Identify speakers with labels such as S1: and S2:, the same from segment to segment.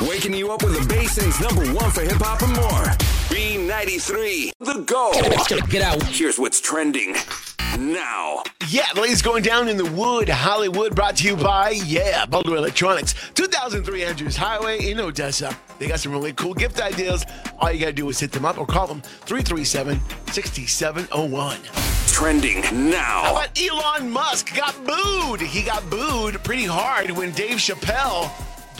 S1: Waking you up with the Basin's number one for hip hop and more. B93, The Go.
S2: Get out.
S1: Here's what's trending now.
S3: Yeah, the latest going down in the wood, Hollywood, brought to you by, yeah, Boulder Electronics. 2003 Andrews Highway in Odessa. They got some really cool gift ideas. All you got to do is hit them up or call them 337 6701.
S1: Trending now.
S3: But Elon Musk got booed. He got booed pretty hard when Dave Chappelle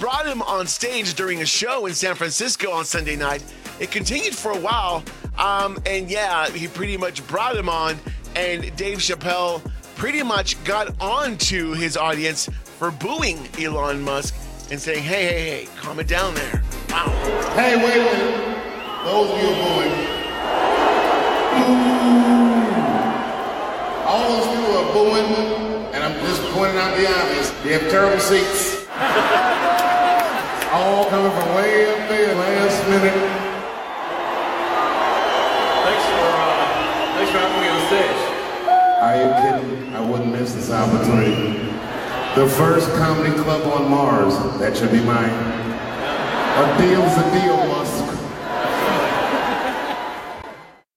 S3: brought him on stage during a show in San Francisco on Sunday night. It continued for a while, um, and yeah, he pretty much brought him on, and Dave Chappelle pretty much got on to his audience for booing Elon Musk and saying, "Hey, hey, hey, calm it down there." Wow.
S4: Hey, wait, wait. Those of you booing. All those people who are booing, and I'm just pointing out the obvious. They have terrible seats. All coming from way up there, last minute.
S5: Thanks for, uh, thanks
S4: Are you
S5: for having me on stage.
S4: kidding? I wouldn't miss this opportunity. The first comedy club on Mars. That should be mine. A deal's a deal, Musk.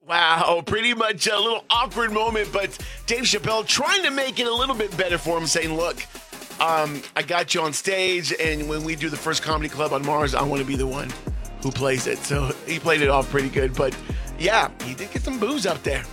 S3: Wow, pretty much a little awkward moment, but Dave Chappelle trying to make it a little bit better for him, saying, Look, um, I got you on stage, and when we do the first comedy club on Mars, I want to be the one who plays it. So he played it off pretty good, but yeah, he did get some booze up there.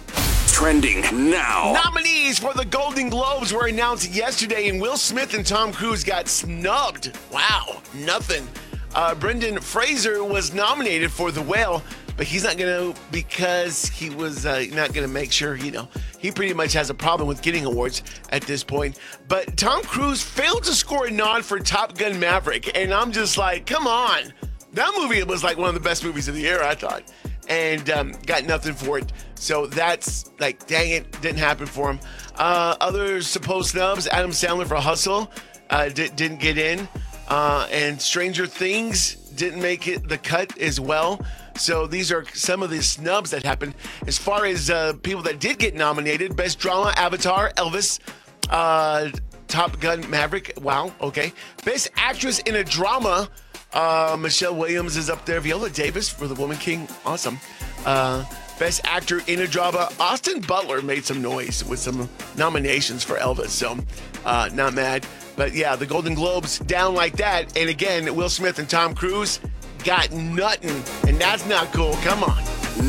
S1: Trending now.
S3: Nominees for the Golden Globes were announced yesterday, and Will Smith and Tom Cruise got snubbed. Wow, nothing. Uh, Brendan Fraser was nominated for The Whale, but he's not going to because he was uh, not going to make sure, you know, he pretty much has a problem with getting awards at this point. But Tom Cruise failed to score a nod for Top Gun Maverick, and I'm just like, come on. That movie was like one of the best movies of the year, I thought, and um, got nothing for it. So that's like, dang it, didn't happen for him. Uh, other supposed snubs: Adam Sandler for Hustle uh, di- didn't get in, uh, and Stranger Things didn't make it the cut as well. So these are some of the snubs that happened. As far as uh, people that did get nominated, best drama: Avatar, Elvis. Uh, Top Gun Maverick. Wow. Okay. Best actress in a drama. Uh, Michelle Williams is up there. Viola Davis for The Woman King. Awesome. Uh, best actor in a drama. Austin Butler made some noise with some nominations for Elvis. So, uh, not mad. But yeah, the Golden Globes down like that. And again, Will Smith and Tom Cruise got nothing. And that's not cool. Come on.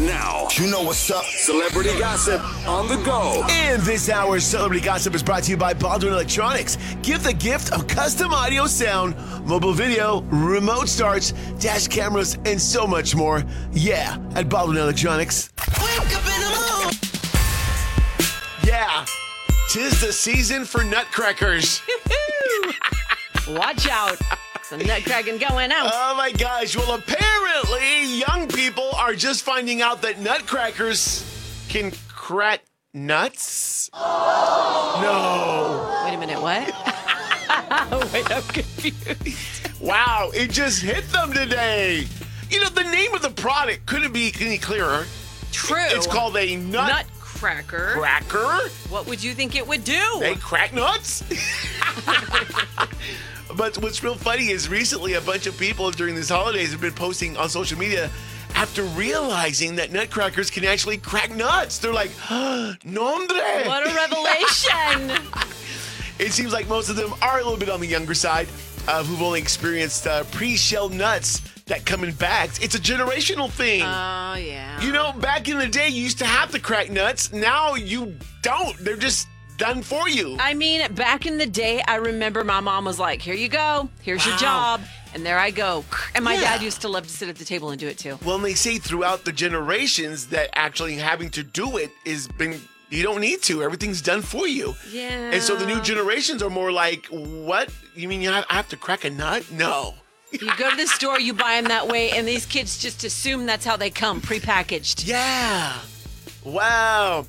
S1: Now. You know what's up. Celebrity gossip on the go.
S3: And this hour's celebrity gossip is brought to you by Baldwin Electronics. Give the gift of custom audio, sound, mobile video, remote starts, dash cameras, and so much more. Yeah, at Baldwin Electronics. Yeah, tis the season for nutcrackers.
S6: Watch out. Some nutcracking going on.
S3: Oh my gosh. Well, apparently, young people are just finding out that nutcrackers can crack nuts. No.
S6: Wait a minute, what? Wait, I'm confused.
S3: Wow, it just hit them today. You know, the name of the product couldn't be any clearer.
S6: True.
S3: It's called a nut
S6: Nutcracker.
S3: cracker.
S6: What would you think it would do?
S3: They crack nuts. but what's real funny is recently a bunch of people during these holidays have been posting on social media after realizing that nutcrackers can actually crack nuts. They're like, nombre.
S6: what a revelation.
S3: It seems like most of them are a little bit on the younger side, uh, who've only experienced uh, pre-shell nuts that come in bags. It's a generational thing.
S6: oh, yeah.
S3: You know, back in the day, you used to have to crack nuts. Now you don't. They're just done for you.
S6: I mean, back in the day, I remember my mom was like, here you go, here's your
S3: Wow.
S6: job. And there I go. And my
S3: Yeah.
S6: dad used to love to sit at the table and do it too.
S3: Well, and they say throughout the generations that actually having to do it is been you don't need to. Everything's done for you.
S6: Yeah.
S3: And so the new generations are more like, what? You mean you have, I have to crack a nut? No.
S6: You go to the store, you buy them that way, and these kids just assume that's how they come, prepackaged.
S3: Yeah. Wow.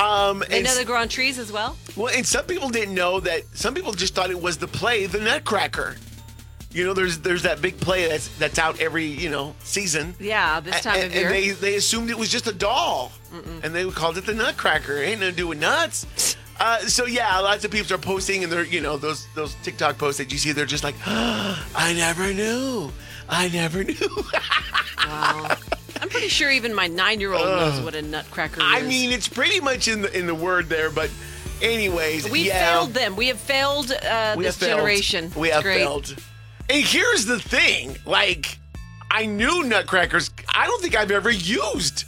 S3: Um,
S6: They
S3: and,
S6: know they grow on trees as well.
S3: well, and some people didn't know that. Some people just thought it was the play, The Nutcracker. You know, there's there's that big play that's that's out every you know season.
S6: Yeah, this time
S3: and,
S6: of year.
S3: and they they assumed it was just a doll, and they called it the Nutcracker. It ain't nothing to do with nuts. Uh, so yeah, lots of people are posting, and they're you know those those TikTok posts that you see. They're just like, I never knew. I never knew.
S6: Wow. I'm pretty sure even my nine-year-old knows what a nutcracker is.
S3: I mean, it's pretty much in the in the word there, but anyways,
S6: we
S3: yeah,
S6: failed them. We have failed uh,
S3: we
S6: this
S3: have failed.
S6: generation.
S3: We
S6: It's
S3: have
S6: great.
S3: failed. And here's the thing: like, I knew nutcrackers. I don't think I've ever used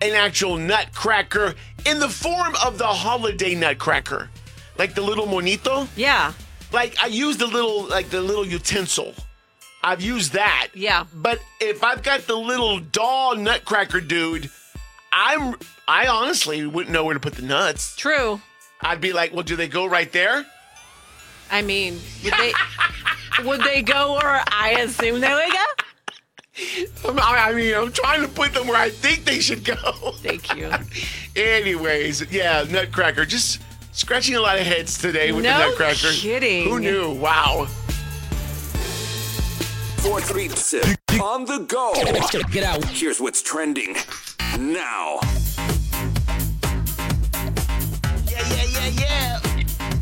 S3: an actual nutcracker in the form of the holiday nutcracker, like the little monito.
S6: Yeah.
S3: Like I used the little like the little utensil. I've used that.
S6: Yeah.
S3: But if I've got the little doll nutcracker dude, I'm I honestly wouldn't know where to put the nuts.
S6: True.
S3: I'd be like, well, do they go right there?
S6: I mean, would they would they go where I assume they would go?
S3: I'm- I I mean, I'm trying to put them where I think they should go.
S6: Thank you.
S3: Anyways, yeah, nutcracker. Just scratching a lot of heads today with the
S6: No
S3: nutcracker.
S6: kidding.
S3: Who knew? Wow.
S1: 436 on the go.
S2: Get out.
S1: Here's what's trending now.
S3: Yeah, yeah, yeah,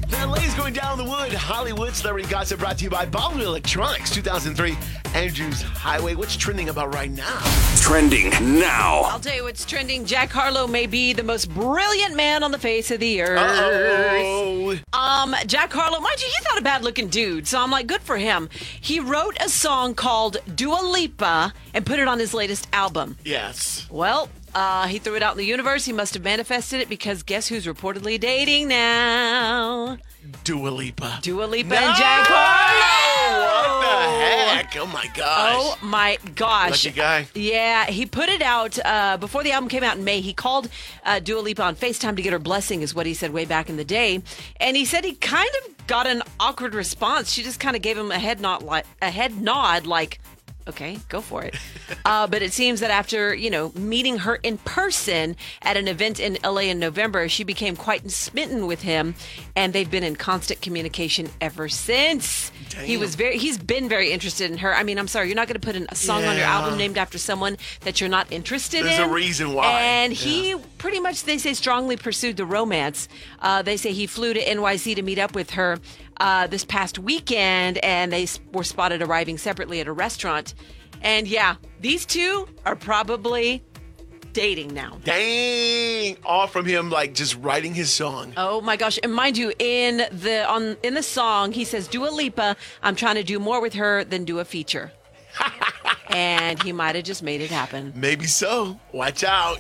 S3: yeah. LA's going down the wood. Hollywood celebrity gossip brought to you by Baldwin Electronics 2003, Andrews Highway. What's trending about right now?
S1: Trending now.
S6: I'll tell you what's trending. Jack Harlow may be the most brilliant man on the face of the earth.
S3: Oh,
S6: Um, Jack Harlow, mind you, he's not a bad looking dude, so I'm like, good for him. He wrote a song called Dua Lipa and put it on his latest album.
S3: yes.
S6: Well, uh, he threw it out in the universe. He must have manifested it because guess who's reportedly dating now?
S3: Dua Lipa.
S6: Dua Lipa
S3: No!
S6: and Jack Harlow.
S3: What the heck? Oh my gosh.
S6: Oh my gosh.
S3: Lucky guy.
S6: Yeah, he put it out uh, before the album came out in May. He called uh, Dua Lipa on FaceTime to get her blessing, is what he said way back in the day. And he said he kind of got an awkward response. She just kind of gave him a head nod, like a head nod, like, okay, go for it. uh, but it seems that after you know meeting her in person at an event in LA in November, she became quite smitten with him, and they've been in constant communication ever since. He was very, he's been very interested in her. I mean, I'm sorry, you're not going to put an, a song on your
S3: Yeah.
S6: album named after someone that you're not interested
S3: There's
S6: in.
S3: a reason why.
S6: And
S3: Yeah.
S6: he pretty much, they say, strongly pursued the romance. Uh, they say he flew to NYC to meet up with her uh, this past weekend, and they s- were spotted arriving separately at a restaurant. And yeah, these two are probably dating now.
S3: Dang. All from him, like just writing his song.
S6: Oh my gosh! And mind you, in the on in the song, he says Dua Lipa. I'm trying to do more with her than do a feature, and he might have just made it happen.
S3: Maybe so. Watch out.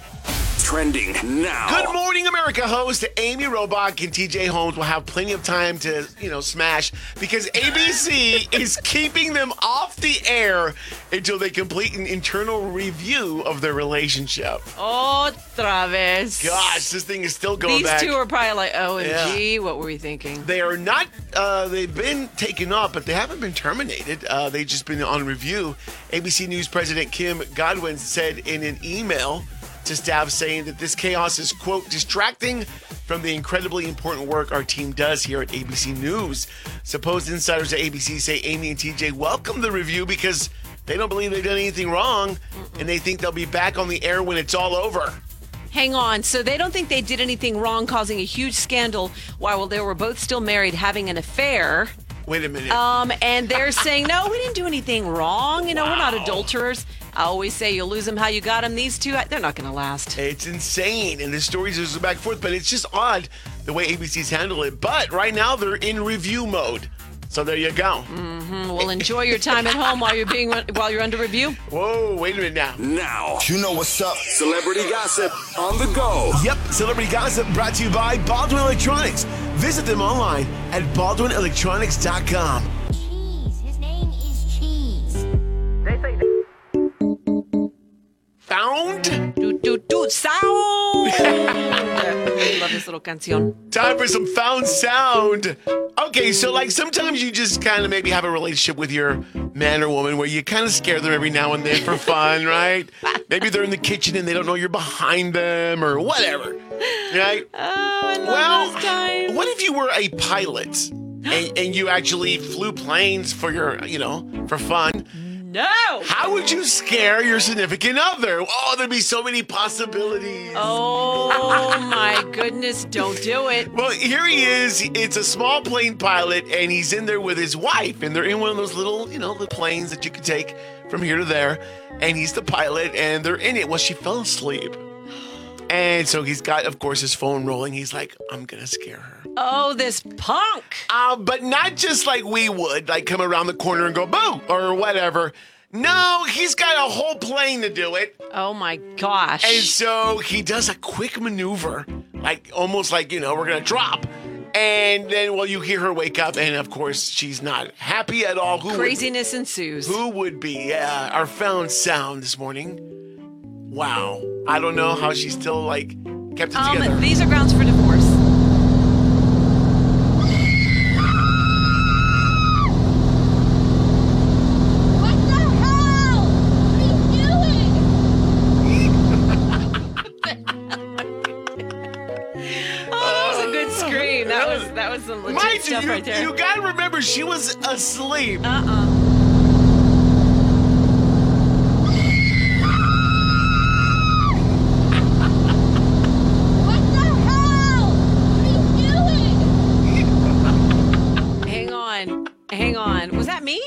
S1: Trending now.
S3: Good Morning America host Amy Robach and TJ Holmes will have plenty of time to, you know, smash because ABC is keeping them off the air until they complete an internal review of their relationship.
S6: Oh, Travis.
S3: Gosh, this thing is still going
S6: These
S3: back.
S6: two are probably like, OMG, what were we thinking?
S3: they are not, uh, they've been taken off, but they haven't been terminated. Uh, they've just been on review. ABC News President Kim Godwin said in an email to staff saying that this chaos is, quote, distracting from the incredibly important work our team does here at ABC News. Supposed insiders at ABC say Amy and TJ welcome the review because they don't believe they've done anything wrong and they think they'll be back on the air when it's all over.
S6: Hang on. So they don't think they did anything wrong, causing a huge scandal while they were both still married, having an affair.
S3: Wait a minute.
S6: Um, and they're saying, no, we didn't do anything wrong. You know, we're not adulterers. I always say you lose them how you got them. These two, they're not going to last.
S3: It's insane, and the stories are back and forth, but it's just odd the way ABC's handle it. But right now they're in review mode, so there you go.
S6: Well, enjoy your time at home while you're being while you're under review.
S3: Whoa, wait a minute now.
S1: Now.
S2: You know what's up.
S1: Celebrity gossip on the go.
S3: Yep, celebrity gossip brought to you by Baldwin Electronics. Visit them online at baldwinelectronics.com.
S7: Cheese. His name is Cheese.
S3: Found
S6: Do do do sound. Love this little cancion.
S3: time for some found sound. Okay, so like sometimes you just kind of maybe have a relationship with your man or woman where you kind of scare them every now and then for fun, right? Maybe they're in the kitchen and they don't know you're behind them or whatever, right?
S6: Oh, I love
S3: Well,
S6: this time.
S3: what if you were a pilot and, and you actually flew planes for your, you know, for fun?
S6: No.
S3: How would you scare your significant other? Oh, there'd be so many possibilities.
S6: Oh my goodness, don't do it.
S3: Well, here he is. It's a small plane pilot, and he's in there with his wife, and they're in one of those little, you know, the planes that you can take from here to there. And he's the pilot, and they're in it. Well, she fell asleep. And so he's got, of course, his phone rolling. He's like, I'm going to scare her.
S6: Oh, this punk.
S3: Uh, but not just like we would, like come around the corner and go boo or whatever. No, he's got a whole plane to do it.
S6: Oh my gosh.
S3: And so he does a quick maneuver, like almost like, you know, we're going to drop. And then, well, you hear her wake up, and of course, she's not happy at all. Who would-
S6: Craziness ensues.
S3: who would be? Yeah, our phone sound this morning. Wow. I don't know how she still, like, kept it together. Oh.
S6: Um, these are grounds for divorce.
S7: What the hell? What are you doing?
S6: Oh, that was a good scream. That was that was some legit
S3: Mind you,
S6: stuff
S3: you,
S6: right there.
S3: you gotta remember, she was asleep.
S6: uh-uh.
S7: What the hell? What are you doing?
S6: Hang on. Hang on. Was that me?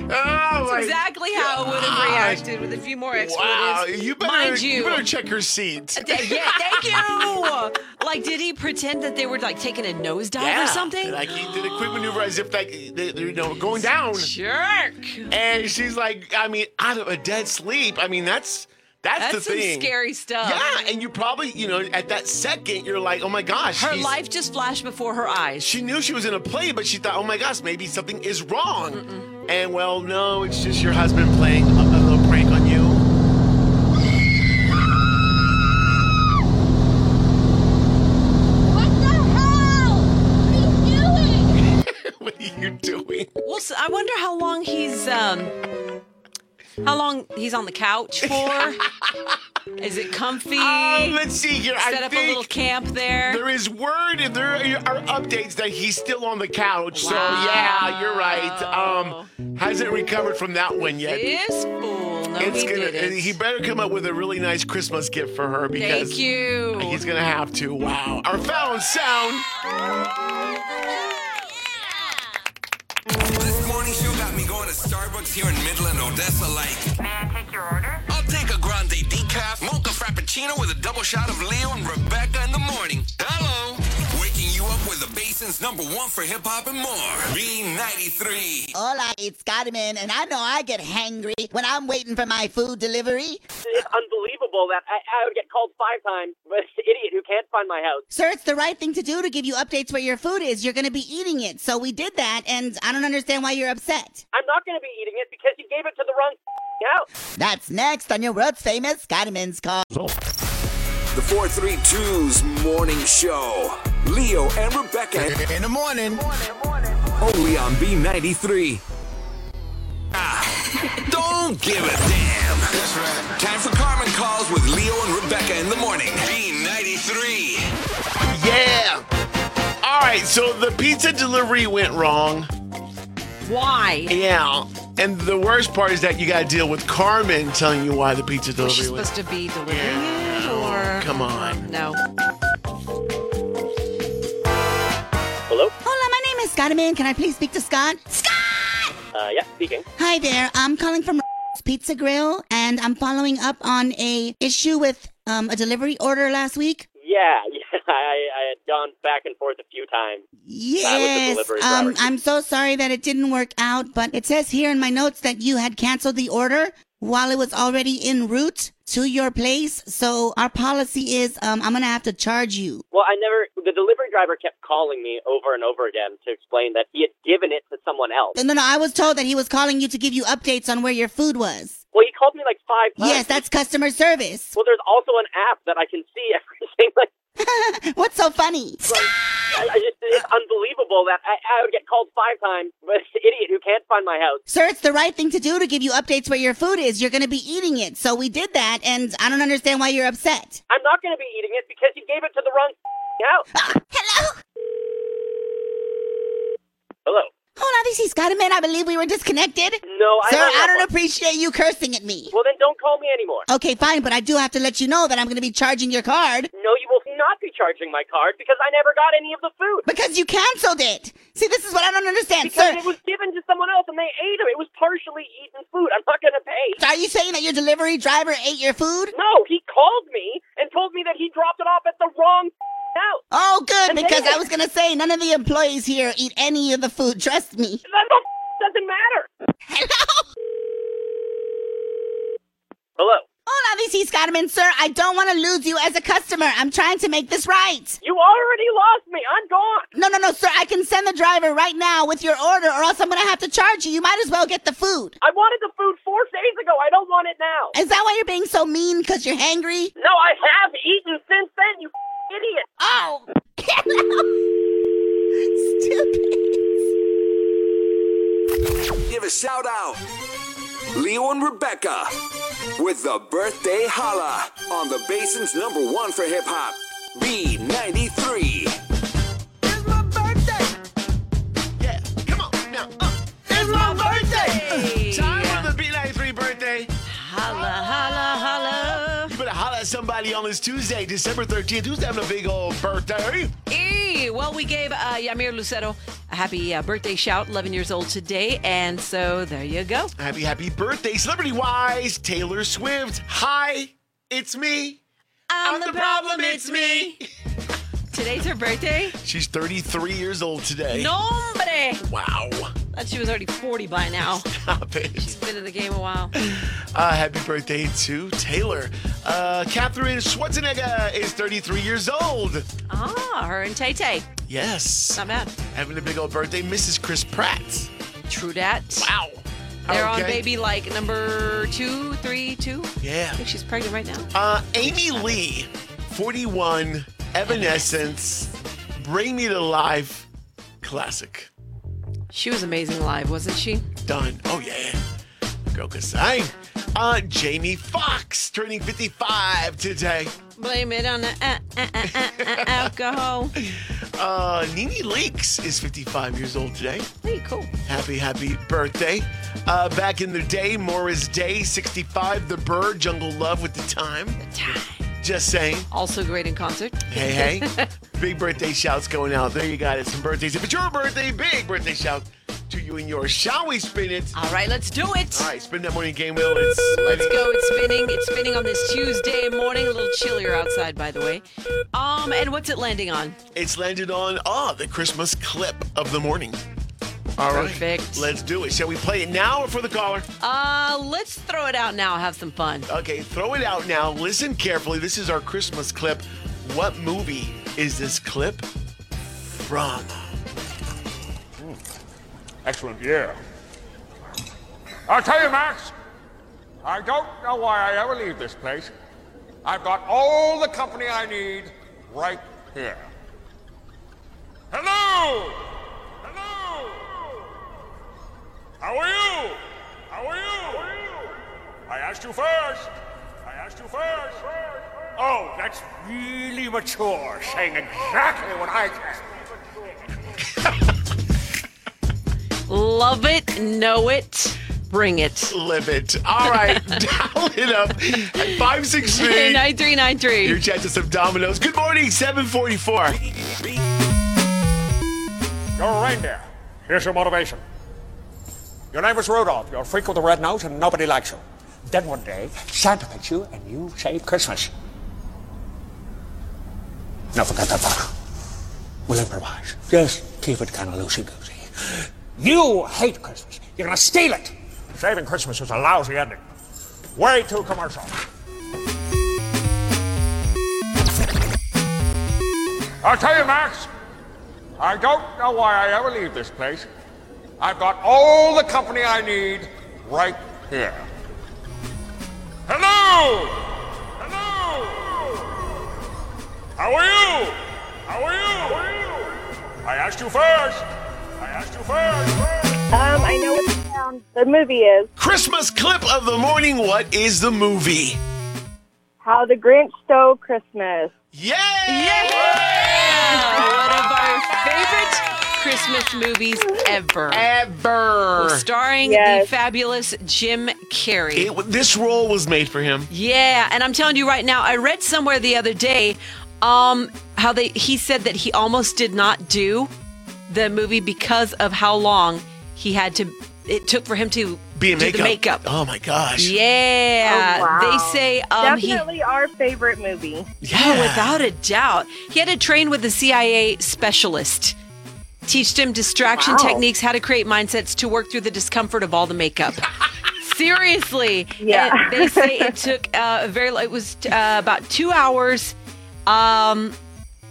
S3: Oh, my
S6: Exactly how I would have reacted with a few more expletives.
S3: Wow, you better,
S6: Mind you.
S3: better check her seat.
S6: Th- yeah, thank you. Like, did he pretend that they were like taking a nosedive
S3: Yeah.
S6: or something?
S3: Like he did a quick maneuver as if like they, they, you know going down,
S6: Jerk.
S3: and she's like, I mean, out of a dead sleep. I mean, that's that's,
S6: That's
S3: the
S6: some
S3: thing.
S6: scary stuff.
S3: Yeah, and you probably you know at that second you're like, oh my gosh,
S6: Her
S3: she's-
S6: life just flashed before her eyes.
S3: She knew she was in a play, but she thought, oh my gosh, maybe something is wrong. And well, no, it's just your husband playing a, a little prank on you.
S7: What the hell? What are you doing?
S3: what are you doing?
S6: Well, s- I wonder how long he's um, how long he's on the couch for. Is it comfy?
S3: Um, let's see here.
S6: Set
S3: I
S6: up a
S3: think
S6: little camp there.
S3: There is word and there are updates that he's still on the couch. So
S6: Wow.
S3: yeah, you're right. Um, hasn't recovered from that one yet.
S6: This fool. No,
S3: It's
S6: Oh, he
S3: gonna.
S6: didn't.
S3: He better come up with a really nice Christmas gift for her because
S6: Thank you.
S3: he's gonna have to. Wow. Our found sound.
S2: This morning show got me going to Starbucks here in Midland, Odessa. Like,
S8: May I take your order?
S2: I'll take a grande decaf, mocha frappuccino with a double shot of Leo and Rebecca in the morning. Hello. Waking you up with the basin's number one for hip hop and more. B93.
S9: Hola, it's Carmen, and I know I get hangry when I'm waiting for my food delivery.
S10: it's unbelievable that I, I would get called five times by this idiot who can't find my house.
S9: Sir, it's the right thing to do to give you updates where your food is. You're going to be eating it. So we did that, and I don't understand why you're upset.
S10: I'm not going to be eating it because you gave it to the wrong house.
S9: That's next on your world's famous Carmen's Call.
S1: The 432's morning show. Leo and Rebecca. In the morning. Only on B93. Ah,
S2: Don't give a damn. That's right. Time for Carmen Calls with Leo and Rebecca in the morning. B93.
S3: Yeah. All right. So the pizza delivery went wrong.
S6: Why?
S3: Yeah. And the worst part is that you got to deal with Carmen telling you why the pizza
S6: Was she
S3: delivery went.
S6: supposed to be delivering it or?
S3: Come on.
S6: No.
S10: Hello?
S9: Hola, my name is Carmen. Can I please speak to Scott? Scott!
S10: Uh, yeah, speaking.
S9: Hi there. I'm calling from Pizza Grill, and I'm following up on a issue with um, a delivery order last week.
S10: Yeah, yeah. I, I had gone back and forth a few times.
S9: Yes.
S10: delivery
S9: Um,
S10: driver.
S9: I'm so sorry that it didn't work out, but it says here in my notes that you had canceled the order while it was already en route to your place. So our policy is um, I'm going to have to charge you.
S10: Well, I never. The delivery driver kept calling me over and over again to explain that he had given it to someone else.
S9: No, no, I was told that he was calling you to give you updates on where your food was.
S10: Well, he called me like five times.
S9: Yes, that's customer service.
S10: Well, there's also an app that I can see everything. Like,
S9: What's so funny?
S10: I, I just, it's unbelievable that I, I would get called five times by this idiot who can't find my house.
S9: Sir, it's the right thing to do to give you updates where your food is. You're going to be eating it. So we did that, and I don't understand why you're upset.
S10: I'm not going to be eating it because you gave it
S9: Ah,
S10: to the wrong house.
S9: Hello?
S10: Hello.
S9: Hold on, this is Scottman. I believe we were disconnected.
S10: No, I
S9: Sir,
S10: hung
S9: I
S10: up
S9: don't
S10: on-
S9: appreciate you cursing at me.
S10: Well, then don't call me anymore.
S9: Okay, fine, but I do have to let you know that I'm going to be charging your card
S10: No, you will not be charging my card because I never got any of the food.
S9: because you canceled it. See, this is what I don't understand,
S10: Because
S9: sir.
S10: it was given to someone else and they ate it. It was partially eaten food. I'm not going to pay.
S9: Are you saying that your delivery driver ate your food?
S10: No, he called me and told me that he dropped it off at the wrong house.
S9: Oh, good,
S10: And
S9: because
S10: then-
S9: I was going to say none of the employees here eat any of the food. Trust me.
S10: That the doesn't matter.
S9: Hello?
S10: Hello.
S9: Hola, this is Scottman, sir. I don't want to lose you as a customer. I'm trying to make this right.
S10: You already lost me. I'm gone.
S9: No, no, no, sir. I can send the driver right now with your order, or else I'm going to have to charge you. You might as well get the food.
S10: I wanted the food four days ago. I don't want it now.
S9: Is that why you're being so mean? Because you're hangry?
S10: No, I have eaten since then, you idiot.
S9: Oh! Stupid.
S1: Give a shout out. Leo and Rebecca with the birthday holla on the basin's number one for hip hop, B93.
S9: It's my birthday.
S3: Yeah, come on now. Uh,
S9: It's my birthday.
S3: time for the B93 birthday.
S6: Holla, holla, holla.
S3: You better holler at somebody on this Tuesday, December 13th. Who's having a big old birthday?
S6: Eee. Well, we gave uh, Yamir Lucero a happy uh, birthday shout, 11 years old today. And so there you go.
S3: Happy, happy birthday, celebrity wise, Taylor Swift. Hi, it's me. I'm the problem, it's me.
S6: Today's her birthday?
S3: She's 33 years old today.
S6: Nombre!
S3: Wow.
S6: Thought she was already 40 by now.
S3: Stop it.
S6: Been in the game a while.
S3: Uh, happy birthday to Taylor. Uh, Catherine Schwarzenegger is 33 years old.
S6: Ah, her and Tay Tay.
S3: Yes.
S6: Not bad.
S3: Having a big old birthday, Mrs. Chris Pratt.
S6: True dat.
S3: Wow.
S6: They're on
S3: Okay.
S6: baby like number two, three, two.
S3: Yeah.
S6: I think she's pregnant right now.
S3: Uh, Amy Lee, 41, Evanescence, Bring Me to Life, classic.
S6: She was amazing live, wasn't she?
S3: Done. Oh, yeah. Girl could sing. Uh, Jamie Foxx, turning 55 today.
S6: Blame it on the uh, uh, uh, uh, uh, alcohol.
S3: Uh, Nene Leakes is 55 years old today.
S6: Hey, cool.
S3: Happy, happy birthday. Uh, back in the day, Morris Day, 65, The Bird, Jungle Love with the Time. Just saying.
S6: Also great in concert.
S3: Hey, hey. big birthday shouts going out. There you got it. Some birthdays. If it's your birthday, big birthday shout to you and yours. Shall we spin it?
S6: All right, let's do it.
S3: All right, spin that morning game wheel. It's
S6: Let's go. It's spinning. It's spinning on this Tuesday morning. A little chillier outside, by the way. Um, and what's it landing on?
S3: It's landed on ah the Christmas clip of the morning. All right.
S6: Perfect.
S3: Let's do it. Shall we play it now or for the caller?
S6: Uh, let's throw it out now. Have some fun.
S3: Okay, throw it out now. Listen carefully. This is our Christmas clip. What movie is this clip from?
S5: Excellent, yeah. I'll tell you, Max, I don't know why I ever leave this place. I've got all the company I need right here. Hello! Hello! How are you? How are you? I asked you first. I asked you first. Oh, that's really mature, saying exactly what I just.
S6: Love it, know it, bring it.
S3: Live it. All right, dial it up at 563.
S6: Nine three nine
S3: Your
S6: three.
S3: chat to some dominoes. Good morning, 744.
S5: You're a reindeer. Here's your motivation. Your name is Rudolph. You're a freak with a red nose, and nobody likes you. Then one day, Santa picks you, and you save Christmas. Now forget that part. We'll improvise. Just keep it kind of loosey-goosey. You hate Christmas. You're gonna steal it. Saving Christmas is a lousy ending. Way too commercial. I'll tell you, Max. I don't know why I ever leave this place. I've got all the company I need right here. Hello! Hello! How are you? How are you? I asked you first. I asked you first.
S8: Um, I know what sound the movie is.
S3: Christmas clip of the morning. What is the movie?
S8: How the Grinch Stole Christmas.
S3: Yay!
S6: Yeah! One of our favorite Christmas movies ever.
S3: Ever.
S6: Starring the
S3: Yes.
S6: fabulous Jim Carrey.
S3: It, w- this role was made for him.
S6: Yeah, and I'm telling you right now, I read somewhere the other day um how they he said that he almost did not do the movie because of how long he had to it took for him to
S3: Be in
S6: do
S3: makeup.
S6: the makeup.
S3: Oh my gosh.
S6: Yeah.
S8: Oh, wow.
S6: They say um he
S8: Definitely our favorite movie.
S6: yeah, without a doubt. He had to train with a CIA specialist. Teach him distraction
S8: Wow.
S6: techniques, how to create mindsets to work through the discomfort of all the makeup. Seriously.
S8: Yeah.
S6: And they say it took uh, a very, it was uh, about two hours um,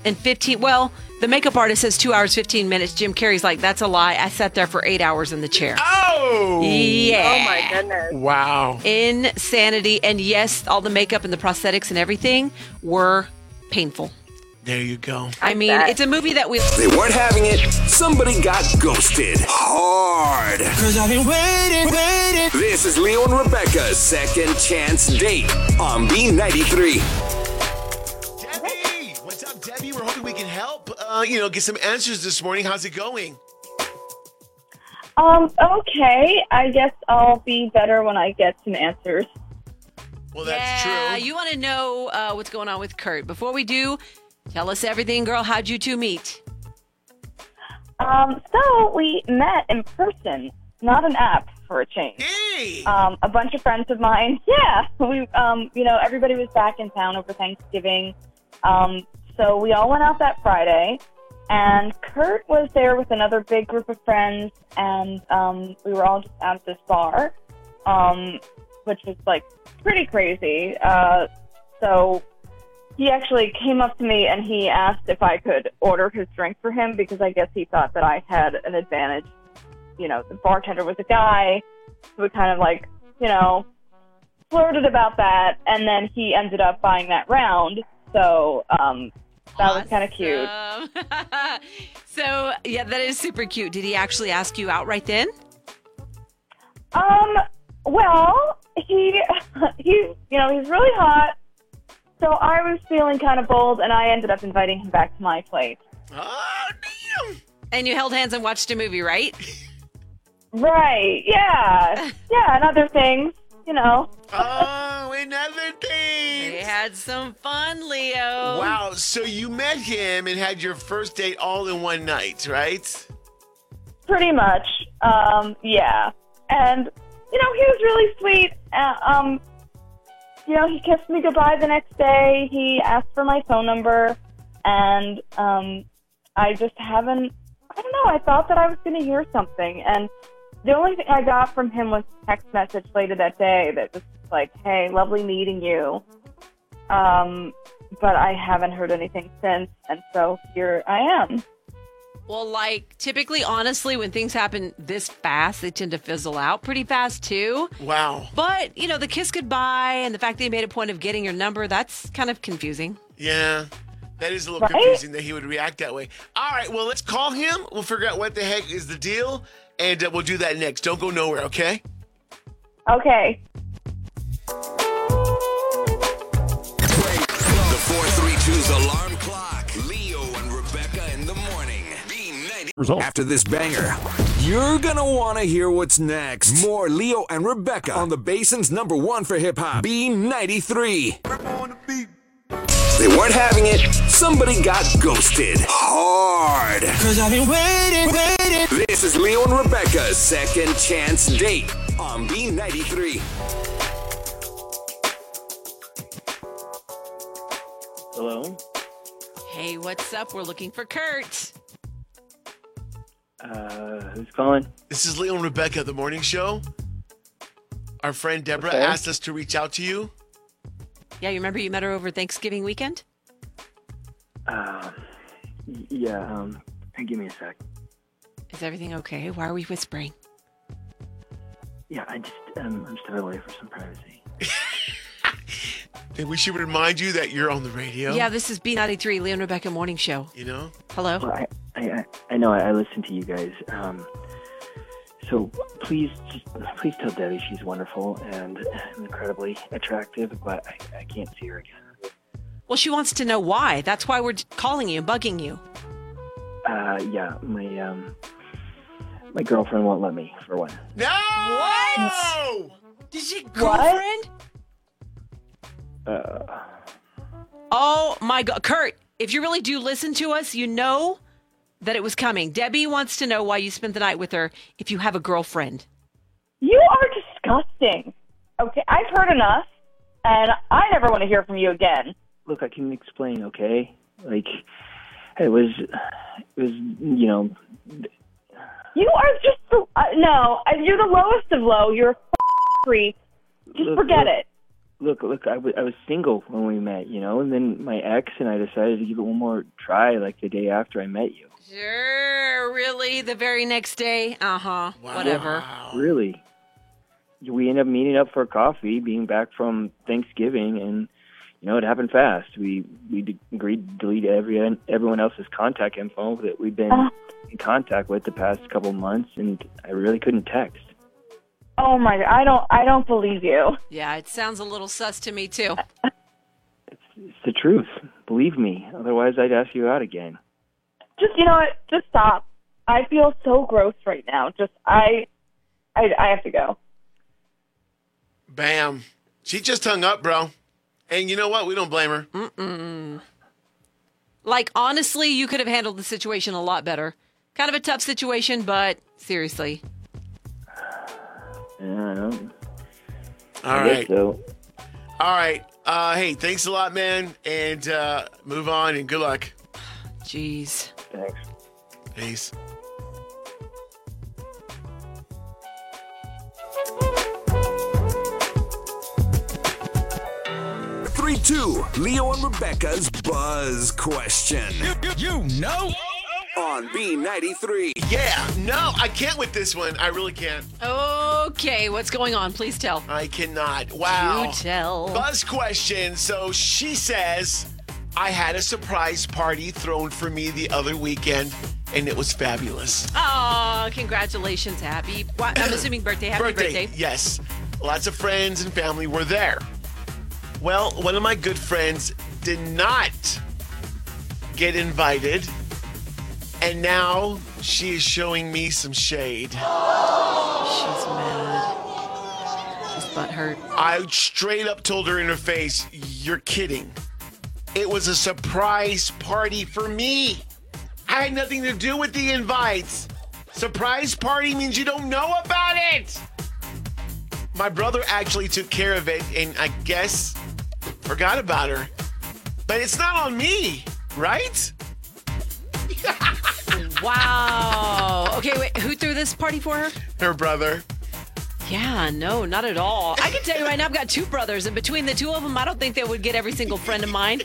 S6: and 15. Well, the makeup artist says two hours, 15 minutes. Jim Carrey's like, that's a lie. I sat there for eight hours in the chair.
S3: Oh.
S6: Yeah.
S8: Oh my goodness.
S3: Wow.
S6: Insanity. And yes, all the makeup and the prosthetics and everything were painful.
S3: There you go.
S6: I mean, it's a movie that we.
S1: They weren't having it. Somebody got ghosted hard. Cause I've been waiting, waiting. This is Leo and Rebecca's second chance date on B93.
S3: Debbie, what's up, Debbie? We're hoping we can help. Uh, you know, get some answers this morning. How's it going?
S8: Um, okay. I guess I'll be better when I get some answers.
S3: Well, that's
S6: Yeah,
S3: true.
S6: you want to know uh, what's going on with Kurt. Before we do, tell us everything, girl. How'd you two meet?
S8: Um, so we met in person, not an app for a change.
S3: Hey.
S6: Uh.
S8: Um, a bunch of friends of mine. Yeah. We, um, you know, everybody was back in town over Thanksgiving. Um, so we all went out that Friday. And Kurt was there with another big group of friends, and um, we were all just out at this bar, um, which was like pretty crazy. Uh, so he actually came up to me and he asked if I could order his drink for him because I guess he thought that I had an advantage. You know, the bartender was a guy. So we kind of like, you know, flirted about that. And then he ended up buying that round. So um, that was kind of cute.
S6: Um, so, yeah, that is super cute. Did he actually ask you out right then?
S8: Um, well, he, he's, you know, he's really hot. So I was feeling kind of bold and I ended up inviting him back to my place.
S3: Oh, damn.
S6: And you held hands and watched a movie, right?
S8: Right. Yeah. Yeah. And other things, you know.
S3: Oh, another thing.
S6: They had some fun, Leo.
S3: Wow. So you met him and had your first date all in one night, right?
S8: Pretty much. Um, yeah. And, you know, he was really sweet. Uh, um, you know, he kissed me goodbye the next day. He asked for my phone number. And um, I just haven't, I don't know, I thought that I was going to hear something. And the only thing I got from him was a text message later that day that was like, hey, lovely meeting you. Um, but I haven't heard anything since. And so here I am.
S6: Well, like typically, honestly, when things happen this fast, they tend to fizzle out pretty fast, too.
S3: Wow.
S6: But, you know, the kiss goodbye and the fact that he made a point of getting your number, that's kind of confusing.
S3: Yeah. That is a little
S8: Right?
S3: confusing that he would react that way. All right. Well, let's call him. We'll figure out what the heck is the deal, and uh, we'll do that next. Don't go nowhere, okay?
S8: Okay.
S2: The 432's alarm clock. Leo and Rebecca in the morning. B90.
S1: After this banger, you're gonna wanna hear what's next. More Leo and Rebecca on the Basin's number one for hip hop, B93. They weren't having it. Somebody got ghosted hard. Cause I've been waiting, waiting. This is Leo and Rebecca's second chance date on B93.
S11: Hello.
S6: Hey, what's up? We're looking for Kurt.
S11: Uh, who's calling?
S3: This is Leo and Rebecca, the morning show. Our friend Deborah
S11: Okay.
S3: asked us to reach out to you.
S6: Yeah, you remember you met her over Thanksgiving weekend?
S11: Uh, y- yeah. Um, give me a sec.
S6: Is everything okay? Why are we whispering?
S11: Yeah, I just um, I'm stepping away for some privacy.
S3: And we should remind you that you're on the radio.
S6: Yeah, this is B93, Leon Rebecca Morning Show.
S3: You know?
S6: Hello?
S11: Well, I I, I, I know I, I listen to you guys. Um, so please just please tell Debbie she's wonderful and incredibly attractive, but I, I can't see her again.
S6: Well, she wants to know why. That's why we're calling you, bugging you.
S11: Uh, yeah, my um, my girlfriend won't let me for one.
S3: No! What?
S6: Did she girlfriend?
S11: Uh,
S6: Oh my God, Kurt! If you really do listen to us, you know that it was coming. Debbie wants to know why you spent the night with her. If you have a girlfriend,
S8: You are disgusting. Okay, I've heard enough, and I never want to hear from you again.
S11: look, I can explain, okay? Like, it was, it was, you know,
S8: You are just the- uh, no. uh, You're the lowest of low. You're a f- creep. Just
S11: Look,
S8: forget
S11: look.
S8: it.
S11: look, look, I wa- I was single when we met, you know, and then my ex and I decided to give it one more try, like the day after I met you.
S6: sure, really, the very next day, uh huh, whatever.
S8: Um,
S11: Really, we ended up meeting up for coffee, being back from Thanksgiving, and you know, it happened fast. We we d- agreed to delete every everyone else's contact info that we'd
S8: Uh.
S11: been in contact with the past couple months, and I really couldn't text.
S8: Oh my! I don't. I don't believe you.
S6: Yeah, it sounds a little sus to me too.
S11: It's the truth. Believe me. Otherwise, I'd ask you out again.
S8: Just you know what? Just stop. I feel so gross right now. Just I. I, I have to go.
S3: Bam. She just hung up, bro. And you know what? We don't blame her.
S6: Mm. Mm-mm. Like honestly, you could have handled the situation a lot better. Kind of a tough situation, but seriously,
S11: Yeah, I don't.
S3: All
S11: I guess
S3: right.
S11: So,
S3: All right. Uh, hey, thanks a lot, man. And uh, move on and good luck.
S6: Jeez.
S11: thanks.
S3: Peace.
S1: Three, two. Leo and Rebecca's buzz question. You, know. On B93.
S3: Yeah. No, I can't with this one. I really can't.
S6: Okay, what's going on? Please tell.
S3: I cannot. Wow.
S6: You tell.
S3: Buzz question. So she says, I had a surprise party thrown for me the other weekend, and it was fabulous.
S6: Oh, congratulations. Happy. wha- I'm assuming birthday. Happy birthday.
S3: Yes. Lots of friends and family were there. Well, one of my good friends did not get invited, and now she is showing me some shade.
S6: She's mad. She's butthurt.
S3: I straight up told her in her face, You're kidding. It was a surprise party for me. I had nothing to do with the invites. Surprise party means you don't know about it. My brother actually took care of it and I guess forgot about her. But it's not on me, right?
S6: Wow. Okay, wait. Who threw this party for her?
S3: Her brother.
S6: Yeah, no, not at all. I can tell you right now, I've got two brothers, and between the two of them, I don't think they would get every single friend of mine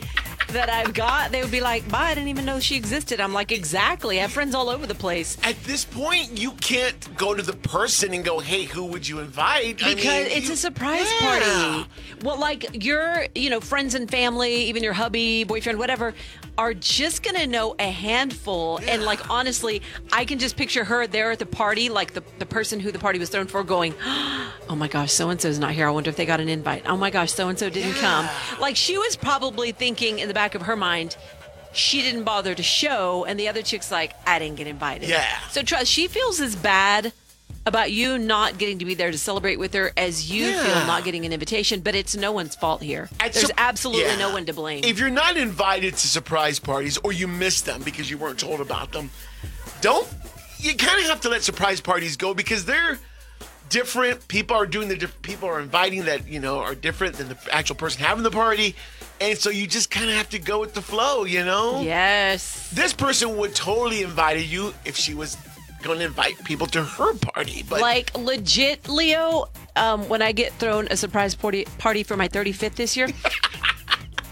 S6: that I've got. They would be like, bye, I didn't even know she existed. I'm like, exactly. I have friends all over the place.
S3: At this point, you can't go to the person and go, Hey, who would you invite? I mean,
S6: Because it's
S3: you-
S6: a surprise
S3: Yeah.
S6: party. Well, like your, you know, friends and family, even your hubby, boyfriend, whatever, are just gonna know a handful. And like honestly, I can just picture her there at the party, like the, the person who the party was thrown for going, Oh my gosh, so and so's not here. I wonder if they got an invite. Oh my gosh, so and so didn't come. Like she was probably thinking in the back of her mind, she didn't bother to show, and the other chick's like, I didn't get invited.
S3: Yeah.
S6: So trust, she feels as bad about you not getting to be there to celebrate with her as you
S3: Yeah.
S6: feel not getting an invitation, but it's no one's fault here.
S3: At
S6: There's
S3: sup-
S6: absolutely
S3: Yeah.
S6: no one to blame.
S3: If you're not invited to surprise parties or you miss them because you weren't told about them, don't you kind of have to let surprise parties go because they're different. People are doing the diff- people are inviting that, you know, are different than the actual person having the party. And so you just kind of have to go with the flow, you know?
S6: yes.
S3: This person would totally invite you if she was going to invite people to her party, but
S6: like legit, Leo. Um, when I get thrown a surprise party party for my 35th this year,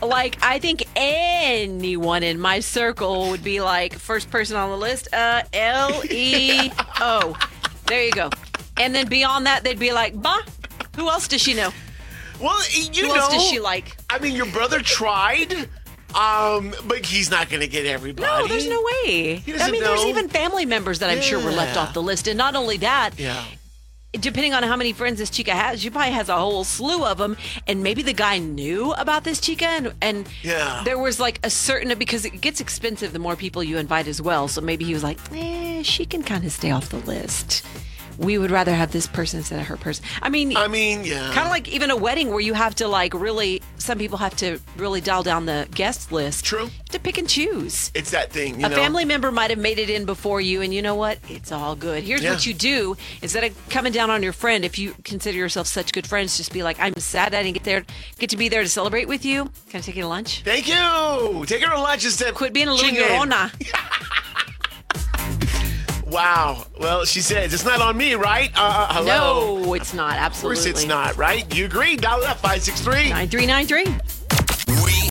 S6: like I think anyone in my circle would be like first person on the list. Uh, L E O. There you go. And then beyond that, they'd be like, "Bah, who else does she know?
S3: well, you
S6: Who
S3: know,
S6: else does she like?"
S3: I mean, your brother tried, um, but he's not going to get everybody.
S6: No, there's no way.
S3: He
S6: I
S3: doesn't
S6: mean, there's
S3: know.
S6: even family members that I'm sure were left
S3: Yeah.
S6: off the list, and not only that,
S3: Yeah.
S6: depending on how many friends this chica has, she probably has a whole slew of them. And maybe the guy knew about this chica, and, and
S3: Yeah.
S6: there was like a certain because it gets expensive the more people you invite as well. So maybe he was like, eh, she can kind of stay off the list. We would rather have this person instead of her person. I mean,
S3: I mean, yeah.
S6: kind of like even a wedding where you have to like really some people have to really dial down the guest list.
S3: True.
S6: To pick and choose.
S3: It's that thing, you
S6: a
S3: know.
S6: family member might have made it in before you, and you know what? It's all good. Here's
S3: Yeah.
S6: what you do instead of coming down on your friend, if you consider yourself such good friends, just be like, I'm sad I didn't get there, get to be there to celebrate with you. Can I take you to lunch?
S3: Thank you. Take her to lunch instead.
S6: Quit being a little
S3: Chingin.
S6: llorona.
S3: Wow. Well, she says it's not on me, right? Uh, uh, hello.
S6: No, it's not.
S3: Of
S6: Absolutely.
S3: course it's not, right? You agree? Dial it up 563.
S6: 9393.